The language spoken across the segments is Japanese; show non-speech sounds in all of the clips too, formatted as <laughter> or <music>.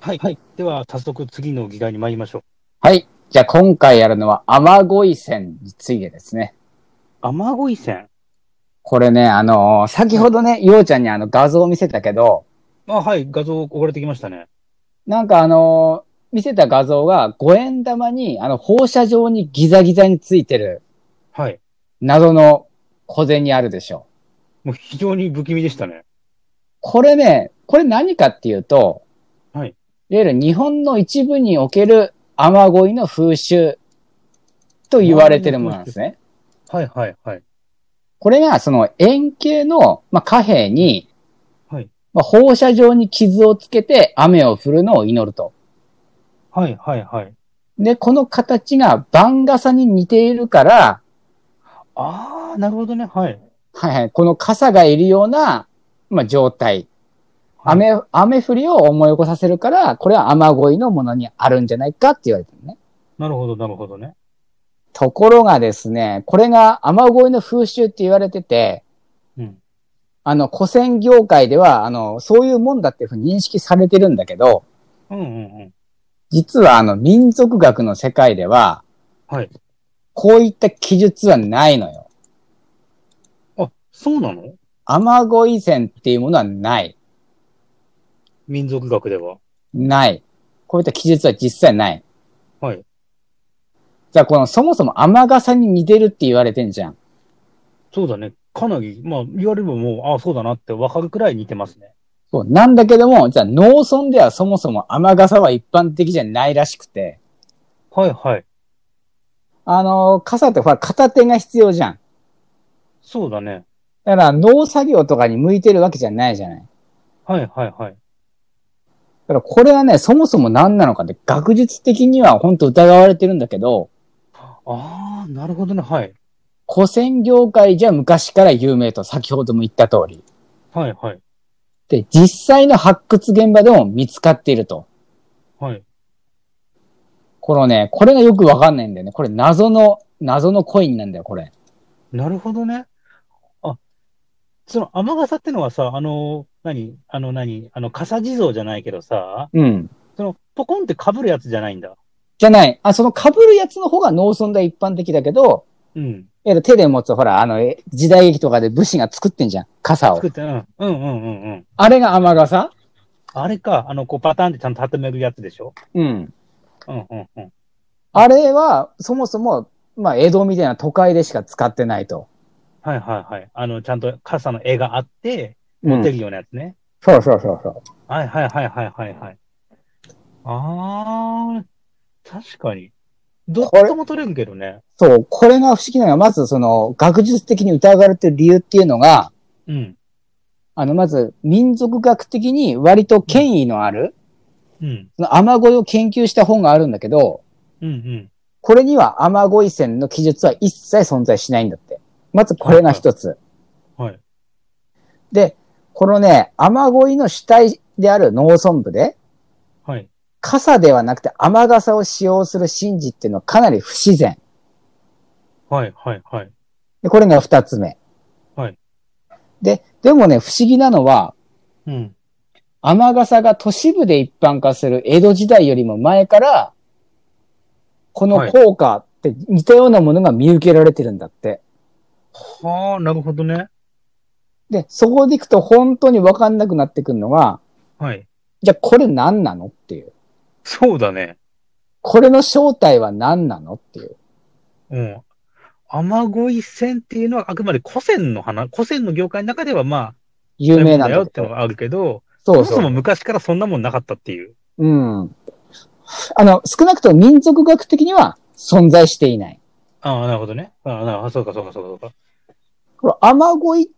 はい、はい。では、早速次の議題に参りましょう。はい。じゃあ今回やるのは、雨乞い線についてですね。雨乞い線。これね、あのー先ほどね、ようちゃんにあの画像を見せたけど、あ、はい。画像送られてきましたね。なんかあのー見せた画像が五円玉に、あの、放射状にギザギザについてるはい。謎の小銭あるでしょ。もう非常に不気味でしたね。これね、これ何かっていうと、はい。わゆる日本の一部における雨乞いの風習と言われてるものなんですね。はい、はい、はい。これがその円形の、まあ、貨幣に、はいまあ、放射状に傷をつけて雨を降るのを祈ると。はい、はい、はい。で、この形が番傘に似ているから、あー、なるほどね。はい。はいはい、この傘がいるような、まあ、状態。雨、雨降りを思い起こさせるから、これは雨乞いのものにあるんじゃないかって言われてるね。なるほど、なるほどね。ところがですね、これが雨乞いの風習って言われてて、うんあの、古銭業界では、あの、そういうもんだっていうふうに認識されてるんだけど、うん、うん、うん。実はあの、民族学の世界では、はい。こういった記述はないのよ。あ、そうなの雨乞い線っていうものはない。民族学では。ない。こういった記述は実際ない。はい。じゃあ、この、そもそも雨傘に似てるって言われてんじゃん。そうだね。かなり、まあ、言われればもう、あそうだなってわかるくらい似てますね。そう。なんだけども、じゃあ、農村ではそもそも雨傘は一般的じゃないらしくて、はい、はい。あの、傘ってほら、片手が必要じゃん。そうだね。だから、農作業とかに向いてるわけじゃないじゃない。だはい、はい、はい。から、これはね、そもそも何なのかって、学術的には本当疑われてるんだけど、あー、なるほどね。はい。古銭業界じゃ昔から有名と、先ほども言った通り。はい、はい。で、実際の発掘現場でも見つかっていると。はい。このね、これがよくわかんないんだよね。これ謎の、謎のコインなんだよ、これ。なるほどね。あ、その雨傘ってのはさ、あの、何あの何あの、傘地蔵じゃないけどさ、うん。その、ポコンって被るやつじゃないんだ。じゃない。あ、その被るやつの方が農村では一般的だけど、うん。いわゆる手で持つ、ほら、あの、え時代劇とかで武士が作ってんじゃん。傘を作。って、うん。うんうんうんうん。あれが雨傘あれか、あの、こうパターンってちゃんと畳めるやつでしょうん。うんうんうん。あれは、そもそも、まあ、江戸みたいな都会でしか使ってないと。はいはいはい。あの、ちゃんと傘の絵があって、持持てるようなやつね。そうそうそうそう。はいはいはいはいはいはい。あー、確かに。どっこれちも取れるけどね。そう、これが不思議なのが、まずその、学術的に疑われてる理由っていうのが、うん。あの、まず、民族学的に割と権威のある、うん。その雨乞いを研究した本があるんだけど、うんうん。これには雨乞い線の記述は一切存在しないんだって。まずこれが一つ。はい。で、このね、雨乞いの主体である農村部で、はい。傘ではなくて雨傘を使用する神事っていうのはかなり不自然。はいはいはい。でこれが二つ目。はい。で、でもね、不思議なのは、うん。雨傘が都市部で一般化する江戸時代よりも前から、この効果って似たようなものが見受けられてるんだって。はあ、なるほどね。で、そこでいくと本当にわかんなくなってくるのが、はい。じゃあこれ何なのっていう。そうだね。これの正体は何なのっていう。うん。雨乞い線っていうのはあくまで古銭の花、古銭の業界の中ではまあ、有名なんだよだっけてのど。があるけど、そそうもそうそも。昔からそんなもんなかったっていう。うん。あの、少なくとも民族学的には存在していない。ああ、なるほどね。ああ、なるほど。そうか、そうか、そうか、そうか。これ、雨乞い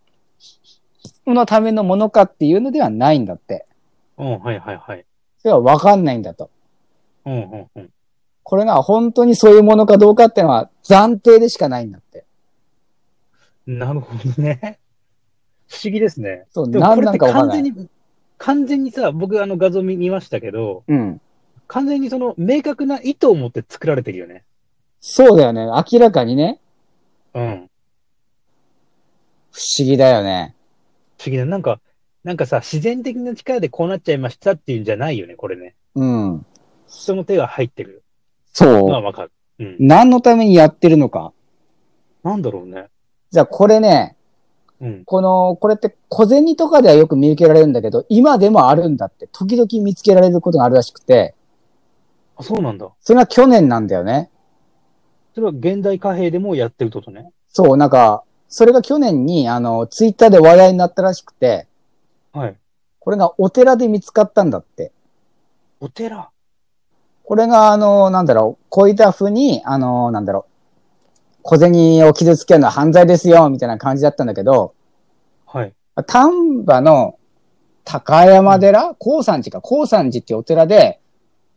のためのものかっていうのではないんだって。うん、はい、はい、はい。それはわかんないんだと。うん、うん、うん。これが本当にそういうものかどうかっていうのは暫定でしかないんだって。なるほどね。 <laughs> 不思議ですね。そう、でも何これっなんてかわか完んな全い。に、完全にさ、僕あの画像見見ましたけど、うん。完全にその明確な意図を持って作られてるよね。そうだよね。明らかにね。うん。不思議だよね。不思議な。なんか、なんかさ、自然的な力でこうなっちゃいましたっていうんじゃないよね、これね。うん。人の手が入ってるのはそう。わかる。うん。何のためにやってるのか。なんだろうね。じゃあこれね、うん。この、これって小銭とかではよく見受けられるんだけど、今でもあるんだって、時々見つけられることがあるらしくて、あ、そうなんだ。それは去年なんだよね。それは現代貨幣でもやってるってことね。そう、なんか、それが去年に、あの、ツイッターで話題になったらしくて、はい。これがお寺で見つかったんだって。お寺。これが、あの、なんだろう、こういった風に、あの、なんだろう、小銭を傷つけるのは犯罪ですよ、みたいな感じだったんだけど、はい。丹波の高山寺、高山寺か、高山寺っていうお寺で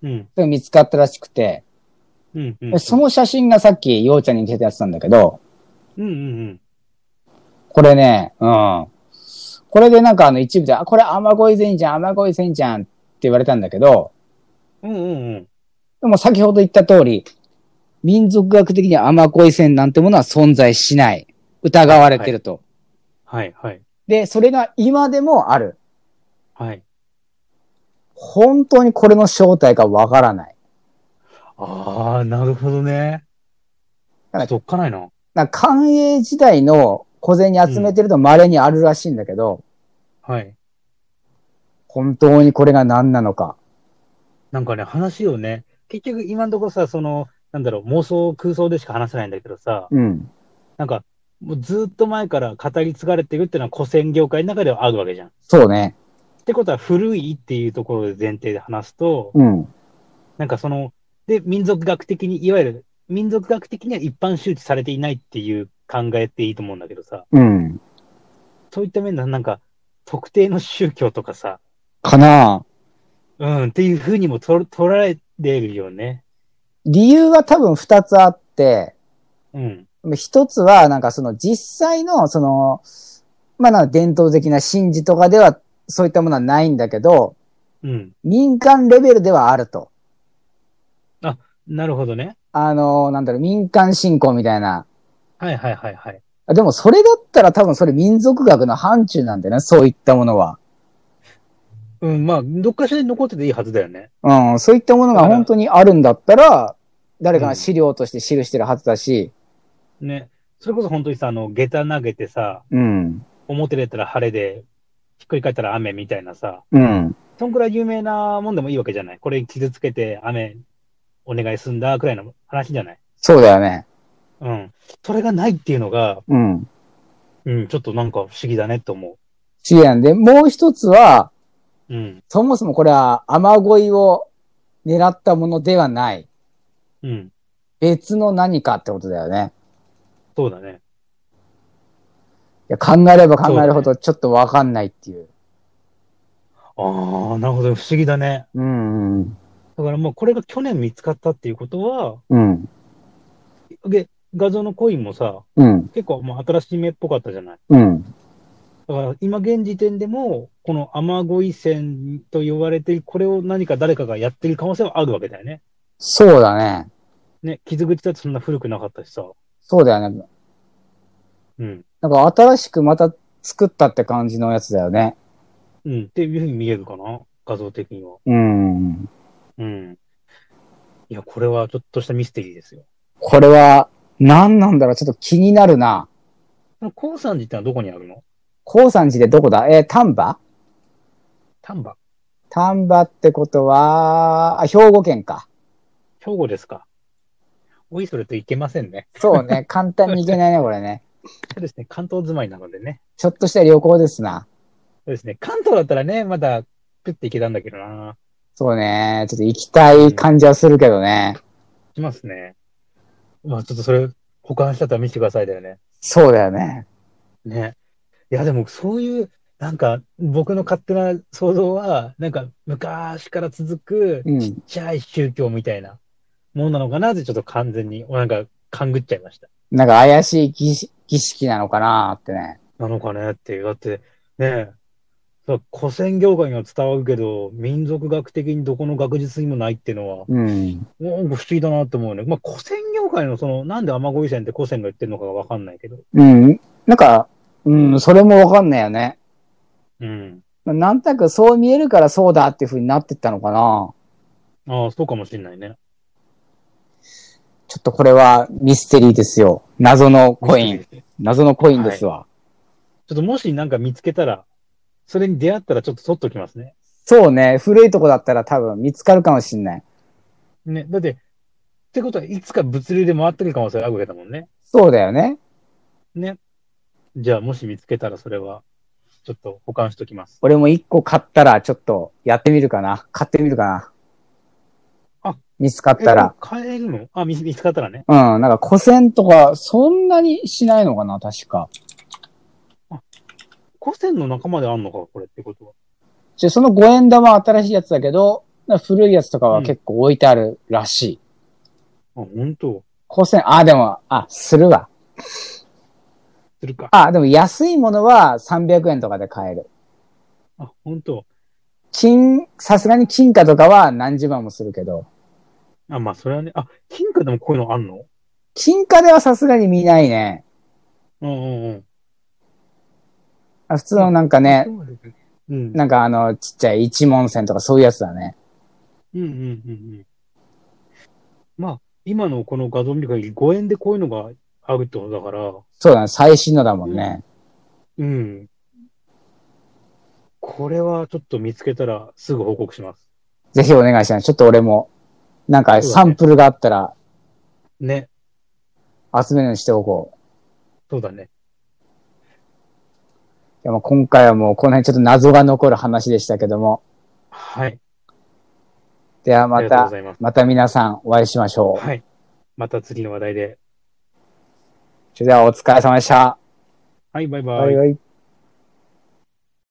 うん。見つかったらしくて、うん。うん。でその写真がさっき、ようちゃんに見せたやつなんだけど、うんうんうん。これね、うん。これでなんかあの一部で、あ、これ雨乞い善じゃん、雨乞い善じゃんって言われたんだけど、うんうんうん。でも先ほど言った通り、民族学的には雨乞い線なんてものは存在しない。疑われてると。はいはい。で、それが今でもある。はい。本当にこれの正体かわからない。ああ、なるほどね。ちょだからっとおっかないな。なんか寛永時代の小銭集めてると稀にあるらしいんだけど、はい。本当にこれが何なのか。なんかね、話をね、結局今のところさ、その、なんだろう、妄想、空想でしか話せないんだけどさ、うん。なんか、もうずっと前から語り継がれてるってのは古戦業界の中ではあるわけじゃん。っそうね。てことは古いっていうところで前提で話すと、うん。なんかその、で、民族学的に、いわゆる民族学的には一般周知されていないっていう考えっていいと思うんだけどさ、うん。そういった面ではなんか、特定の宗教とかさ、かなうん、っていうふうにもと捉えれるよね。理由は多分二つあって、うん。一つは、なんかその実際の、その、まあなんか伝統的な神事とかではそういったものはないんだけど、うん。民間レベルではあると。なるほどね。あの、なんだろう、民間信仰みたいな。はいはいはいはい。あでもそれだったら多分それ民族学の範疇なんだよね、そういったものは。うん、まあ、どっかしらに残ってていいはずだよね。うん、そういったものが本当にあるんだったら、誰かが資料として記してるはずだし、ね。それこそ本当にさ、あの、下駄投げてさ、うん、表出たら晴れで、ひっくり返ったら雨みたいなさ、うん、そんくらい有名なもんでもいいわけじゃない。これ傷つけて雨お願いすんだくらいの話じゃない。そうだよね。うん。それがないっていうのが、うん。うん、ちょっとなんか不思議だねと思知恵なんで、もう一つは、う。うん。そもそもこれは雨乞いを狙ったものではない。うん。別の何かってことだよね。そうだね。いや考えれば考えるほどちょっとわかんないっていう。ああ、なるほど。不思議だね。うんうん。だからもうこれが去年見つかったっていうことは、うん。で、画像のコインもさ、うん。結構もう新しめっぽかったじゃない。うん。だから今現時点でも、この雨乞い線と呼ばれている、これを何か誰かがやってる可能性はあるわけだよね。そうだね。ね、傷口だってそんな古くなかったしさ。そうだよね。うん。なんか新しくまた作ったって感じのやつだよね。うん。っていうふうに見えるかな。画像的には。うん。うん。いや、これはちょっとしたミステリーですよ。これは何なんだろうちょっと気になるな。この高山寺ってのはどこにあるの高山寺でどこだえー丹波丹波。丹波ってことは、あ、兵庫県か。兵庫ですか。おいそれといけませんね。そうね。簡単にいけないね、これね。そうですね。関東住まいなのでね。ちょっとした旅行ですな。そうですね。関東だったらね、まだ、プっていけたんだけどな。そうね。ちょっと行きたい感じはするけどね。しますね。まあ、ちょっとそれ、保管したら見せてくださいだよね。そうだよね。ね。いや、でもそういう、なんか、僕の勝手な想像は、なんか、昔から続く、うんちっちゃい宗教みたいなものなのかなって、ちょっと完全に、なんか、勘ぐっちゃいました。なんか怪しい儀式儀式なのかなってね。なのかねっていう。だって、ねそう古戦業界には伝わるけど、民族学的にどこの学術にもないっていうのは、うん。なんか不思議だなと思うね。まあ、古戦業界のその、なんで雨乞い線って古戦が言ってるのかがわかんないけど。うん。なんか、うん、それもわかんないよね。うん。なんとなくそう見えるからそうだっていう風になってったのかな。ああ、そうかもしれないね。ちょっとこれはミステリーですよ。謎のコイミンス。テリーです謎のコインですわ。ちょっともしなんか見つけたら、それに出会ったらちょっと取っときますね。そうね。古いとこだったら多分見つかるかもしんない。ね。だって、ってことはいつか物流で回ってくる可能性あるわけだもんね。そうだよね。ね。じゃあ、もし見つけたらそれは、ちょっと保管しときます。俺も一個買ったらちょっとやってみるかな。買ってみるかな。あ見つかったら。え。買えるのあ見、見つかったらね。うん。なんか古銭とかそんなにしないのかな、確か。古銭の仲間であんのか、これってことは。じゃあその5円玉は新しいやつだけど、古いやつとかは結構置いてあるらしい。あ、本当古銭、あ、でも、あ、するわ。するか。あ、でも安いものは300円とかで買える。あ、本当金、さすがに金貨とかは何十万もするけど、あ、まあ、それはね。あ、金貨でもこういうのあんの金貨ではさすがに見ないね。うんうんうん。あ普通のなんかね、うん。なんかあの、ちっちゃい一文銭とかそういうやつだね。うんうんうんうん。まあ、今のこの画像見る限り、5円でこういうのがあるってことだから、そうだね、最新のだもんね。うん。これはちょっと見つけたらすぐ報告します。ぜひお願いしたい。ちょっと俺も、なんかサンプルがあったらね。集めるようにしておこう。そうだね。でも今回はもうこの辺ちょっと謎が残る話でしたけども。はい。ではあまりがとうごたざ、います。また皆さんお会いしましょう。はい。また次の話題で。それではお疲れ様でした。はい、バイバイ。はいはい。